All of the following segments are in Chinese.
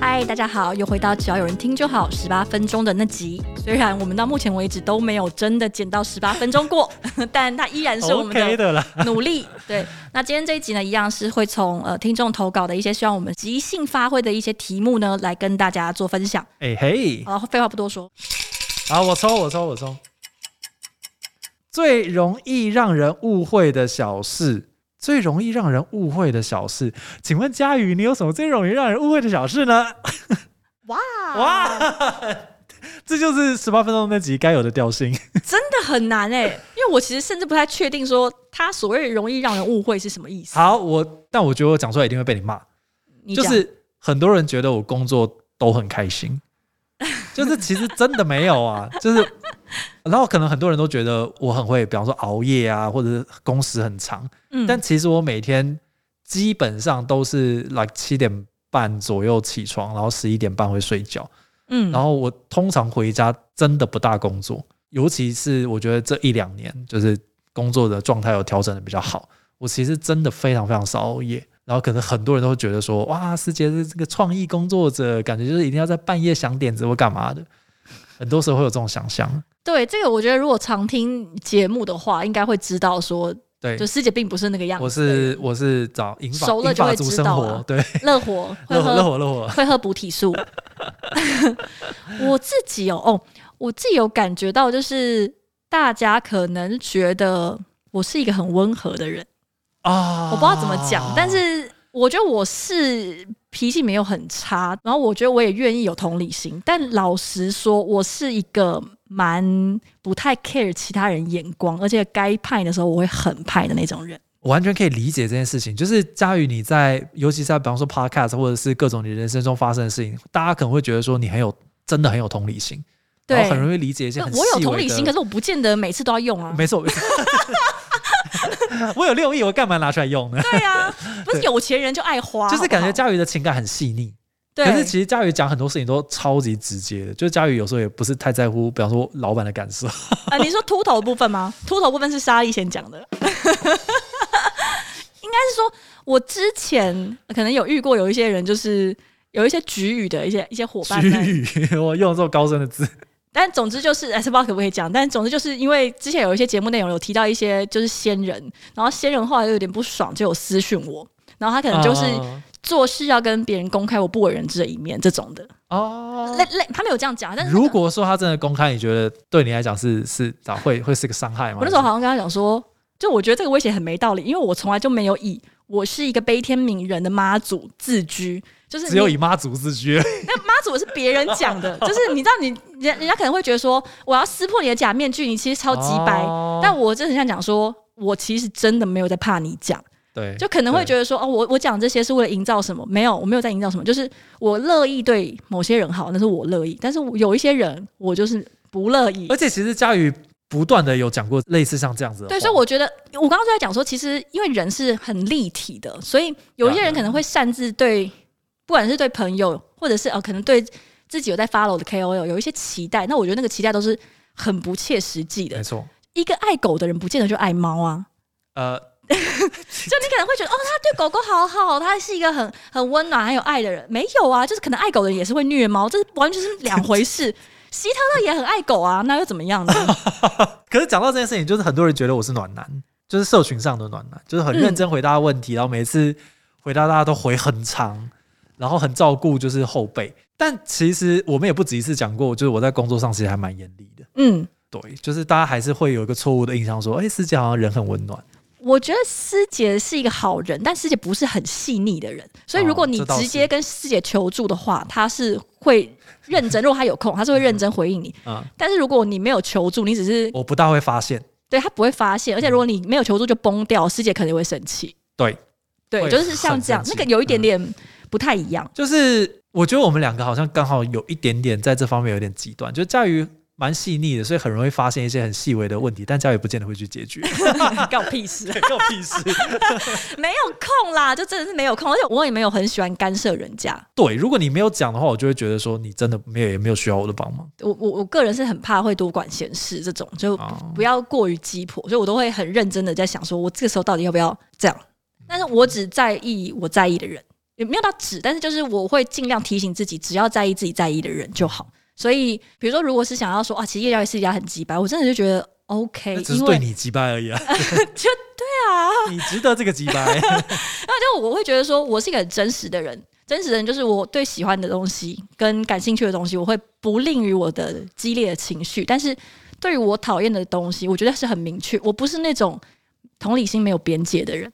嗨，大家好，又回到只要有人听就好十八分钟的那集。虽然我们到目前为止都没有真的剪到 十八分钟过， 但它依然是我们哦 OK 的的啦。努力。对，那今天这一集呢，一样是会从呃听众投稿的一些希望我们即兴发挥的一些题目呢，来跟大家做分享。哎、嘿，好，废话不多说，好，我抽，我抽，我抽。最容易让人误会的小事，最容易让人误会的小事，请问佳宇，你有什么最容易让人误会的小事呢？哇哇， 这就是十八分钟那集该有的调性。真的很难哎、因为我其实甚至不太确定说他所谓容易让人误会是什么意思。好，我但我觉得我讲出来一定会被你骂，你就讲是很多人觉得我工作都很 开心，就是其实真的没有啊，就是，然后可能很多人都觉得我很会，比方说熬夜啊，或者是工时很长，嗯但其实我每天基本上都是 like 七点半左右起床，然后十一点半会睡觉，嗯然后我通常回家真的不大工作，尤其是我觉得这一两年就是工作的状态有调整的比较好，我其实真的非常非常少熬夜。然后可能很多人都会觉得说，哇，师姐是这个创意工作者，感觉就是一定要在半夜想点子或干嘛的，很多时候会有这种想象。对这个，我觉得如果常听节目的话，应该会知道说，对就，师姐并不是那个样子。我是我是找银发熟了银就会发族知生道活啊，对，乐 活，会热火热喝火热火，会喝补体素。 我自己哦哦，我自己有感觉到，就是大家可能觉得我是一个很温和的人，啊，我不知道怎么讲，但是我觉得我是脾气没有很差，然后我觉得我也愿意有同理心，但老实说，我是一个蛮不太 care 其他人眼光，而且该派的时候我会很派的那种人。我完全可以理解这件事情，就是佳宇你在，尤其是在比方说 podcast 或者是各种你人生中发生的事情，大家可能会觉得说你很有，真的很有同理心，对然后很容易理解一些很我有细微同理心，可的是我不见得每次都要用啊。没错， 我有六亿，我干嘛拿出来用呢？对啊，不是对有钱人就爱花，就是感觉家佳宇的情感很细腻，对，可是其实佳宇讲很多事情都超级直接的，就是佳宇有时候也不是太在乎，比方说老板的感受，啊、你说秃头的部分吗？秃头部分是莎莉先讲的， 应该是说，我之前可能有遇过有一些人，就是有一些局语的一些一些伙伴们，语，我用这种高深的字，但总之就是，哎，不知道可不可以讲，但总之就是因为之前有一些节目内容有提到一些就是仙人，然后仙人后来有点不爽，就有私讯我，然后他可能就是啊做事要跟别人公开我不为人知的一面这种的，哦类类他没有这样讲，但是那个如果说他真的公开，你觉得对你来讲是是咋会会是个伤害吗？我那时候好像跟他讲说，就我觉得这个威胁很没道理，因为我从来就没有以我是一个悲天悯人的妈祖自居，就是你只有以妈祖自居，那妈祖是别人讲的，就是你知道你人人家可能会觉得说我要撕破你的假面具，你其实超级白，哦但我真的很想讲说。我其实真的没有在怕你讲，哎对，就可能会觉得得说哦，我我讲这些是为了营造什么？没有，我没有在营造什么，就是我乐意对某些人好，那是我乐意。但是我有一些人，我就是不乐意。而且其实佳宇不断的有讲过类似像这样子的话，对，所以我觉得我刚刚就在讲说，其实因为人是很立体的，所以有一些人可能会擅自对，不管是对朋友，或者是哦、呃可能对自己有在 follow 的 KOL 有一些期待。那我觉得那个期待都是很不切实际没的。错，一个爱狗的人，不见得就爱猫啊。 呃，就你可能会觉得，哦，他对狗狗好好，他是一个很很温暖、很有爱的人。没有啊，就是可能爱狗的人也是会虐猫，这是完全是两回事。 希特勒也很爱狗啊，那又怎么样呢？ 可是讲到这件事情，就是很多人觉得我是暖男，就是社群上的暖男，就是嗯很认真回答问题，然后每次回答大家都回很长，然后很照顾就是后辈。但其实我们也不止一次讲过，就是我在工作上其实还蛮严厉的。嗯，对，就是大家还是会有一个错误的印象，说，哎、师姐好像人很温暖。我觉得师姐是一个好人，但师姐不是很细腻的人，所以如果哦你这倒是直接跟师姐求助的话，她是会认真。如果她有空，她是会认真回应你。啊、但是如果你没有求助，你只是我不大会发现，对她不会发现，而且如果嗯你没有求助就崩掉，师姐肯定会生气。对，对，会就是像很这样，那生气嗯个有一点点不太一 样。 就是我觉得我们两个好像刚好有一点点在这方面有点极端，就佳瑜蛮细腻的，所以很容易发现一些很细微的问题，但佳瑜不见得会去 解决，干我屁事！关我屁事。没有空啦，就真的是没有空，而且我也没有很喜欢干涉人家。 对，如果你没有讲的话，我就会觉得说你真的没有也没有需要我的帮忙我我我个人是很怕会多管闲事这种，就啊。不要过于鸡婆，所以我都会很认真的在想，说我这个时候到底要不要这样。但是我只在意我在意的人，也没有到指，但是就是我会尽量提醒自己，只要在意自己在意的人就好。所以，比如说，如果是想要说啊，其实叶教育私底下很鸡掰，我真的就觉得 OK，那只因是为对你击败而已啊， 就对啊， 你值得这个击 败。那就我会觉得说，我是一个很真实的人。真实的人就是我对喜欢的东西跟感兴趣的东西，我会不吝于我的激烈的情绪。但是对于我讨厌的东西，我觉得是很明确。我不是那种同理心没有边界的人。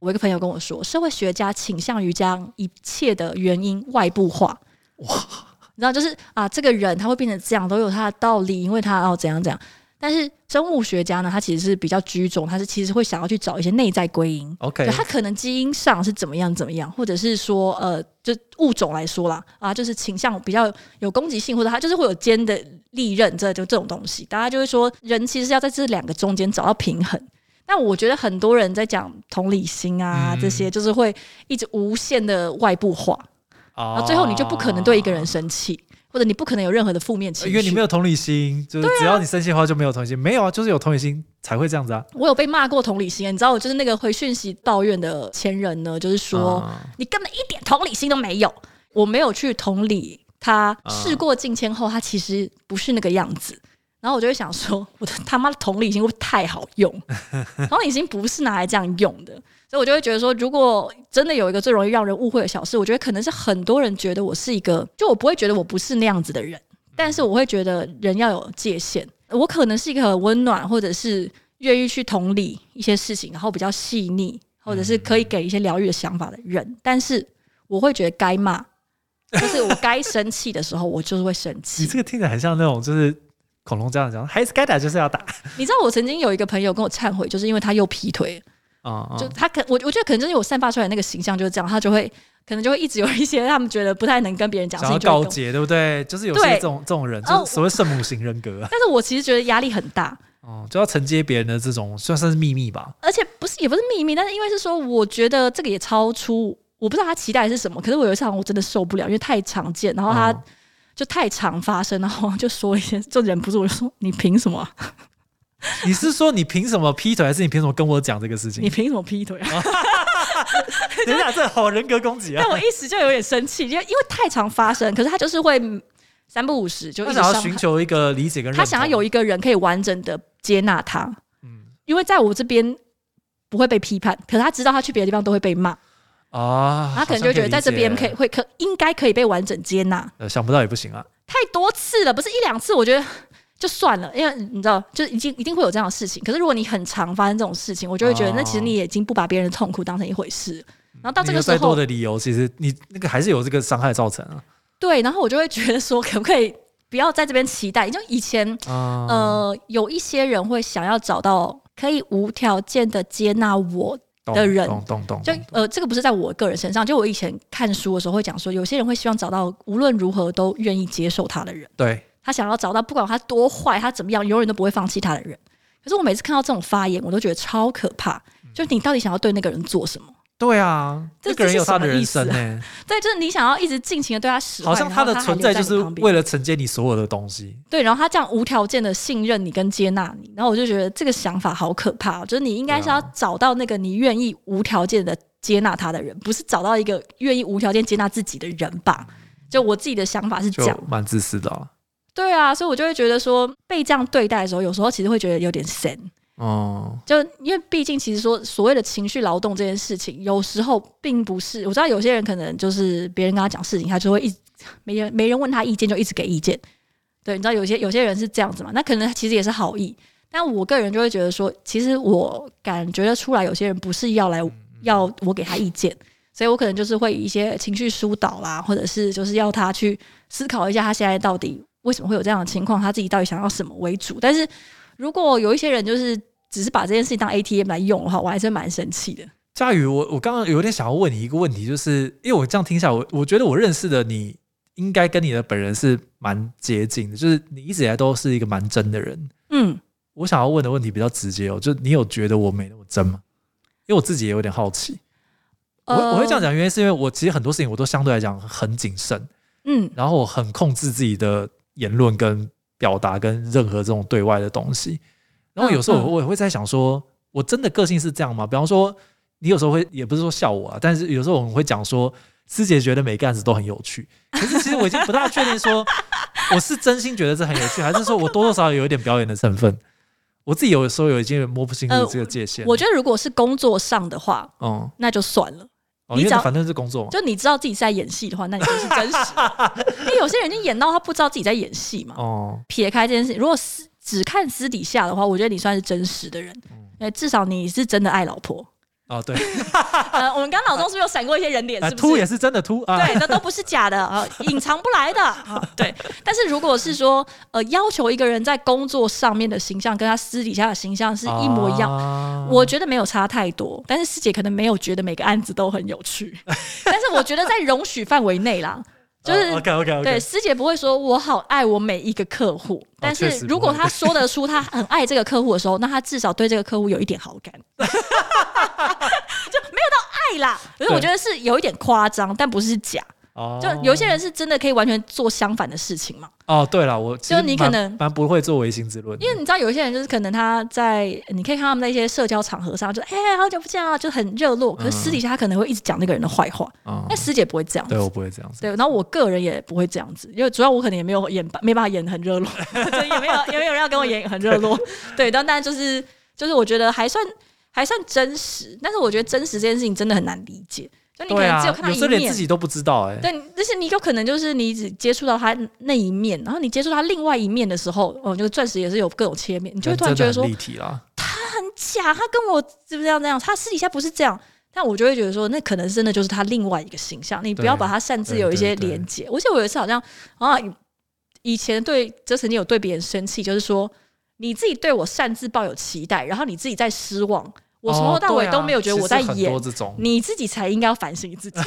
我有一个朋友跟我说，社会学家倾向于将一切的原因外部化。哇！然后就是啊，这个人他会变成这样，都有他的道理，因为他哦怎样怎样。但是生物学家呢，他其实是比较居中，他是其实会想要去找一些内在归因。 OK，对，它可能基因上是怎么样怎么样，或者是说呃，就物种来说啦，啊，就是倾向比较有攻击性，或者它就是会有尖的利刃，这就这种东西，大家就会说人其实是要在这两个中间找到平衡。但我觉得很多人在讲同理心啊，嗯这些就是会一直无限的外部化，啊然后最后你就不可能对一个人生气，或者你不可能有任何的负面情绪。呃啊因为你没有同理心，就是只要你生气的话就没有同理心，没有啊，就是有同理心才会这样子啊。我有被骂过同理心，你知道，我就是那个回讯息抱怨的前人呢，就是说。嗯你根本一点同理心都没有。我没有去同理他，啊事过境迁后，他其实不是那个样子。然后我就会想说，我的他妈的同理心会不会太好用？同理心不是拿来这样用的，所以我就会觉得说，如果真的有一个最容易让人误会的小事，我觉得可能是很多人觉得我是一个，就我不会觉得我不是那样子的人，嗯但是我会觉得人要有界限。我可能是一个很温暖，或者是愿意去同理一些事情，然后比较细腻，或者是可嗯以给一些疗愈的想法的人，但是我会觉得该骂，就是我该生气的时候，我就是会生 你气。这个听起来很像那种就是恐龙家长讲，孩子该打就是要打你知道我曾经有一个朋友跟我忏悔，就是因为他又劈腿， 啊，嗯就他可我我觉得可能就是我散发出来的那个形象就是这样，他就会可能就会一直有一些他们觉得不太能跟别人讲的想事要情就会告跟我。解，对不对？就是有对些这种这种人，哦就是所谓圣母型人格啊，但是我其实觉得压力很大，哦，就要承接别人的这种算算是秘密吧。而且不是也不是秘密，但是因为是说，我觉得这个也超出我不知道他期待的是什么，可是我有一次好像我真的受不了，因为太常见，然后他嗯就太常发生，然后我就说一些，就忍不住我就说你凭什么啊、你是说你凭什么劈腿，还是你凭什么跟我讲这个事情你？凭什么劈腿啊？等一下，这好人格攻 击啊但！我一时就有点生气，因为因为太常发生，可是他就是会嗯三不五时就一他直想要伤寻害，求一个理解跟认他想要有一一个人可以完整的接纳他，嗯因为在我这边不会被批判，可是他知道他去别的地方都会被骂，啊，他可能就会觉得在这边可以好像理解啊会可应该可以被完整接纳。呃，想不到也不行啊。太多次了，不是一两次，我觉得就算了，因为你知道，就已经一定会有这样的事情。可是如果你很常发生这种事情，我就会觉得，哦那其实你也已经不把别人的痛苦当成一回事。然后到这你有个时再多候，的理由，其实你那个还是有这个伤害造成啊。对，然后我就会觉得说，可不可以不要在这边期待？就以前，啊、呃，有一些人会想要找到可以无条件的接纳我懂的人懂懂懂，就懂呃，这个不是在我个人身上，就我以前看书的时候会讲说，有些人会希望找到无论如何都愿意接受他的人。对，他想要找到不管他多坏，他怎么样，永远都不会放弃他的人。可是我每次看到这种发言，我都觉得超可怕。就是你到底想要对那个人做什么？对啊，这那个人这是有他的什么意人思生啊呢、 对，就是你想要一直尽情的对他使唤，好像然他后的还存留在在就你是旁边为了承接你所有的东西。对，然后他这样无条件的信任你跟接纳你，然后我就觉得这个想法好可怕哦。就是你应该是要对啊找到那个你愿意无条件的接纳他的人，不是找到一个愿意无条件接纳自己的人吧？就我自己的想法是这就样，蛮自私的、啊，对啊，所以我就会觉得说被这样对待的时候，有时候其实会觉得有点 sad。嗯，就因为毕竟，其实说所谓的情绪劳动这件事情，有时候并不是我知道有些人可能就是别人跟他讲事情，他就会一直没人没人问他意见就一直给意见。对，你知道有些有些人是这样子嘛？那可能他其实也是好意，但我个人就会觉得说，其实我感觉得出来，有些人不是要来要我给他意见，所以我可能就是会以一些情绪疏导啦，或者是就是要他去思考一下他现在到底为什么会有这样的情况，他自己到底想要什么为主。但是如果有一些人就是只是把这件事情当 ATM 来用的话，我还是蛮生气的。佳宇，我我刚刚有点想要问你一个问题，就是因为我这样听下来，我我觉得我认识的你应该跟你的本人是蛮接近的，就是你一直以来都是一个蛮真的人。嗯，我想要问的问题比较直接哦，就你有觉得我没那么真吗？因为我自己也有点好奇，我呃我会这样，讲，原因是因为我其实很多事情我都相对来讲很谨慎，嗯然后我很控制自己的言论跟表达跟任何这种对外的东西。然后有时候嗯嗯我我也会在想说，我真的个性是这样吗？比方说，你有时候会也不是说笑我啊，但是有时候我们会讲说，师姐觉得每个案子都很有趣，可是其实我已经不大确定说 我是真心觉得这很有趣，还是说我多多少少有一点表演的成分。我自己有时候有已经摸不清楚呃这个界限了。我觉得如果是工作上的话，嗯，那就算了。哦，你因为只要反正是工作嘛。就你知道自己在演戏的话，那你就是 真实的。因为有些人已经演到他不知道自己在演戏嘛。哦，撇开这件事，如果私只看私底下的话，我觉得你算是真实的人，嗯呃，至少你是真的爱老 婆。哦， 对，呃，我们刚脑中是不是有闪过一些人脸？啊是不秃也是？是真的秃啊。对，那都不是假的啊，隐藏不来的啊。对， 但是如果是说呃，要求一个人在工作上面的形象跟他私底下的形象是一模一样，啊我觉得没有差太多，但是师姐可能没有觉得每个案子都很有 趣，但是我觉得在容许范围内啦，就是、 OK OK OK，对师姐不会说我好爱我每一个客户，但哦确实是不如果会她说得出她很爱这个客户的时候，那她至少对这个客户有一点好 感，就没有到爱啦，所以我对觉得是有一点夸张，但不是假，哦就有些人是真的可以完全做相反的事情嘛。哦，对了，我其就实你可蛮能蛮不会做唯心之论的，因为你知道，有一些人就是可能他在，你可以看他们在一些社交场合上，就哎、好久不见啊，就很热络。可是私底下他可能会一直讲那个人的坏话，嗯但师姐不会这样子对。我不会这样子。对，然后我个人也不会这样子，因为主要我可能也没有演，没办法演很热络， 就也没有也没有人要跟我演很热 络。对，但但就是就是我觉得还算还算真实，但是我觉得真实这件事情真的很难理解，就你可对能啊只看，他有时候一连面自。己都不知道哎。对，但是你有可能就是你只接触到他那一面，然后你接触他另外一面的时候，哦，这个钻石也是有各种切面，你就会人突然真觉的得很说立体啦，嗯假，他跟我是不是这样这样？他私底下不是这样，但我就会觉得说，那可能真的就是他另外一个形象，你不要对把他擅自对有一对些对连接。而且我有一次好像啊，以前对就曾经有对别人生气，就是说你自己对我擅自抱有期待，然后你自己在失望，我从头哦到尾对啊都没有觉得我在其实很演，多这 种你自己才应该要反省你自己。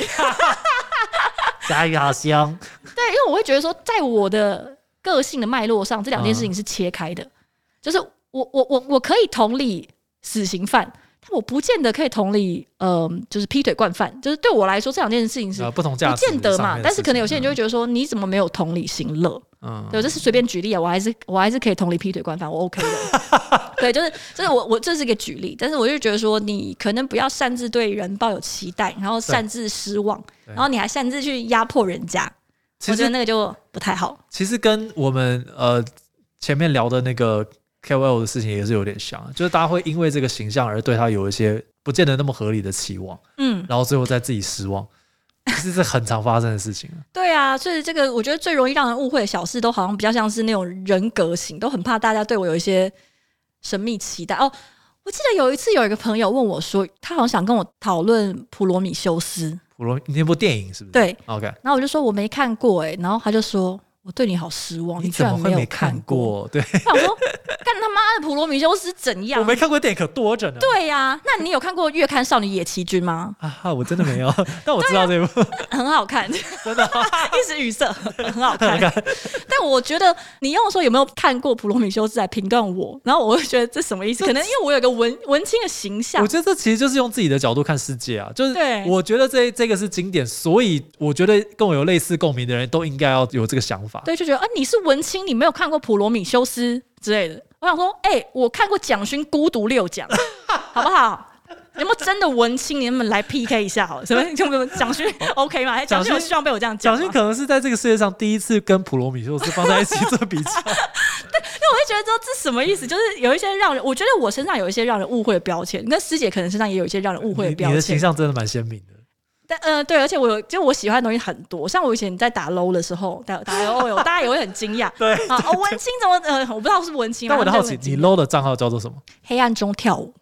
加油 好香，对，因为我会觉得说，在我的个性的脉络上，这嗯两件事情是切开的。就是我我我我可以同理死刑犯，但我不见得可以同理，嗯、就是劈腿惯犯。就是对我来说，这两件事情是呃，不同价不值见得上嘛面。的但是可能有事些人情就会觉得说，你怎么没有同理心了？嗯，对，这是随便举例啊，我还是我还是可以同理劈腿惯犯，我 OK 的。 对，就是就是我我这是一个举例，但是我就觉得说，你可能不要擅自对人抱有期待，然后擅自失望，对然后你还擅自去压迫人家，其我觉得实那个就不太好。其实跟我们呃前面聊的那个 KOL 的事情也是有点像，就是大家会因为这个形象而对他有一些不见得那么合理的期望，嗯，然后最后再自己失望，其实是很常发生的事情。对啊，所以这个我觉得最容易让人误会的小事，都好像比较像是那种人格型，都很怕大家对我有一些神秘期待。哦，我记得有一次有一个朋友问我说，他好像想跟我讨论《普罗米修斯》，普罗，你那部电影是不是？对， ，OK，然后我就说我没看过、欸，然后他就说。我对你好失望，居怎然么会有没看过。过？对，我想说，干他妈的《普罗米修斯》怎样 我？没看过电影可多着呢。对呀、那你有看过《月刊少女野崎君》吗？啊哈，我真的没 有，但我知道这部，很好看，真的 一时语 塞，很好看。但我觉得你用说有没有看过《普罗米修斯》来评断我，然后我会觉得这什么意思？可能因为我有个文文青的形象我，觉得这其实就是用自己的角度看世界啊，就是对我觉得这这个是经典，所以我觉得跟我有类似共鸣的人都应该要有这个想法。对，就觉得啊，你是文青，你没有看过《普罗米修斯》之类的。我想说，哎、我看过蒋勋《孤独六 讲》，好不好？有没有真的文青？你们来 PK 一下好了，什么？你们蒋勋 OK 吗？哎蒋勋有蒋勋希望被我这样讲蒋吗，勋可能是在这个世界上第一次跟普罗米修斯放在一起做 比较，那我就觉得说这什么意思？就是有一些让人，我觉得我身上有一些让人误会的标签，跟师姐可能身上也有一些让人误会的你标你的签形。象真的蛮鲜明的。但呃，对，而且我有，就我喜欢的东西很多，像我以前在打 low 的时候，打打 low，大家也会很惊讶对，啊，哦，文青怎么呃，我不知道是不是文青啊， 但我的他好们就奇很，惊你讶 low 的账号叫做什么？黑暗中跳舞，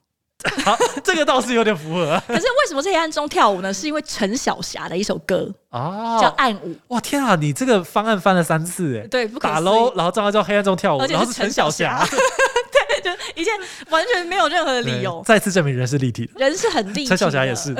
好，这个倒是有点符合可是为什么是黑暗中跳舞呢？是因为陈小霞的一首歌叫《 啊！暗舞》，哇天啊，你这个方案翻了三次哎，对，不可打思议 low，然后账号叫黑暗中跳舞，而且然后是陈陈小霞，对，就一切完全没有任何的理由对。再次证明人是立体的，人是很立体的，陈小霞也是。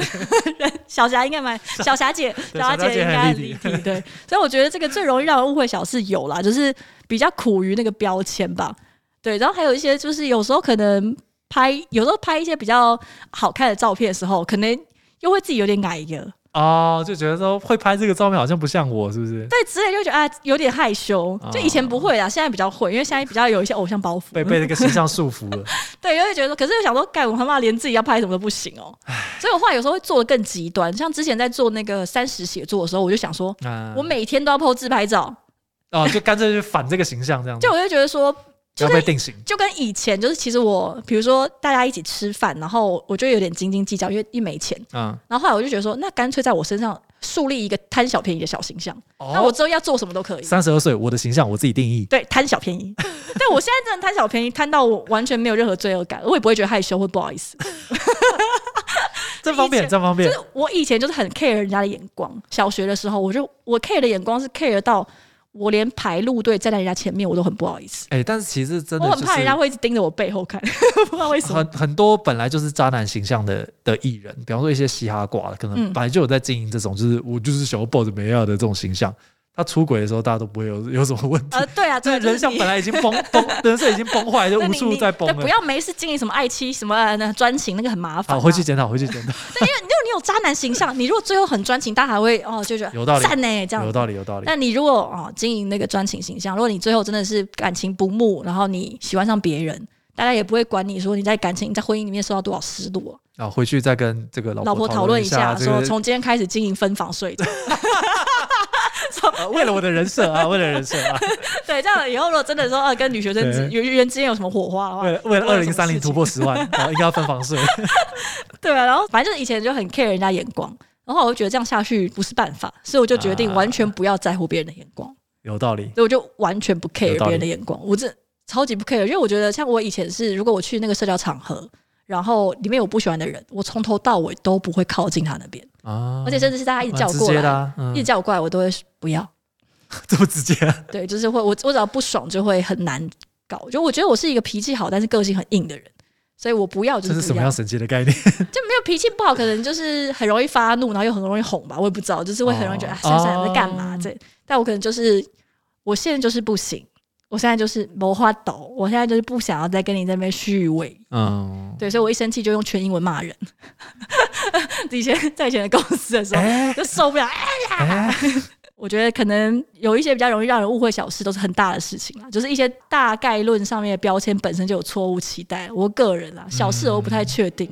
小霞应该蛮小霞姐，小霞对小霞姐姐应很该很立立体体，对。所以我觉得这个最容易让人误会小事有啦，就是比较苦于那个标签吧。对，然后还有一些就是有时候可能拍，有时候拍一些比较好看的照片的时候，可能又会自己有点矮个，哦，就觉得说会拍这个照片好像不像我，是不 是？对，之类就觉得啊有点害羞哦。就以前不会啦，现在比较会，因为现在比较有一些偶像包袱。 被被这个形象束缚了。对，就会觉得说，可是又想说，盖我他妈连自己要拍什么都不行哦、所以我后来有时候会做的更极端，像之前在做那个三十写作的时候，我就想说，啊我每天都要 PO 自拍照，哦，就干脆就反这个形象这样子，就我就觉得说，不就要是被定型。就跟以前就是，其实我比如说大家一起吃饭，然后我就有点斤斤计较，因为一没钱。嗯，然后后来我就觉得说，那干脆在我身上树立一个贪小便宜的小形象，那我哦，之后要做什么都可以。三十二岁，我的形象我自己定义。对，贪小便宜。 对我现在真的贪小便宜，贪到我完全没有任何罪恶感，我也不会觉得害羞或不好意思。这方面，这方面就，是我以前就是很 care 人家的眼光，小学的时候，我就我 care 的眼光是 care 到我连排路队站在人家前面我都很不好意思，哎、但是其实真的我就很是怕人家会一直盯着我背后看， 不知道为什么。很很多本来就是渣男形象的的艺人，比方说一些嘻哈挂的，可能嗯本来就有在经营这种，就是我就是想要抱着美亚的这种形象。他出轨的时候，大家都不会有有什么问题。呃，对啊，这对啊，人像像本来已经崩崩，人设已经崩坏，就那无你数你在啊崩对了不。要没事经营什么爱妻什么呃那专情，那个很麻烦、好，啊。回去检讨，回去检讨，对，因为你就你有渣男形象，你如果最后很专情，大家还会哦就觉得有道理赞呢这样有。道理，有道理。但你如果哦经营那个专情形象，如果你最后真的是感情不睦，然后你喜欢上别人，大家也不会管你说你在感情在婚姻里面受到多少失落。啊，回去再跟这个老老婆婆讨讨论一下，下，这说个从今天开始经营分房睡，啊为了我的人设啊，为了人设 啊， 对，这样以后如果真的说呃跟女学生之对女学员之间有什么火花的话，为了为了为了二什零么三零事情突破十万，啊，应该要分房睡。对啊，然后反正就是以前就很 care 人家眼光，然后我就觉得这样下去不是办法，所以我就决定啊完全不要在乎别人的眼光，有道理，所以我就完全不 care 有道理别人的眼光，我这超级不 care，因为我觉得像我以前是，如果我去那个社交场合。然后里面有不喜欢的人，我从头到尾都不会靠近他那边，啊，而且甚至是大家一直蛮叫我直过接来，的啊，嗯一直叫我过来，我都会说不要。这么直接啊，对，就是会我我只要不爽就会很难搞，就我觉得我是一个脾气好但是个性很硬的人，所以我不 要就这是不是什么要样，神奇的概念？就没有脾气不好，可能就是很容易发怒，然后又很容易哄吧，我也不知道，就是会很容易觉得、哦啊，算了算了，哦在干嘛这？但我可能就是我现在就是不行，我现在就是谋花斗，我现在就是不想要再跟你在那边虚伪。 嗯，对，所以我一生气就用全英文骂人。 以前在以前的公司的 时候，哎就受不了，哎，我觉得可能有一些比较容易让人误会小事，都是很大的事情啦，就是一些大概论上面的标签本身就有错误期待。我个人啊，小事我不太确定，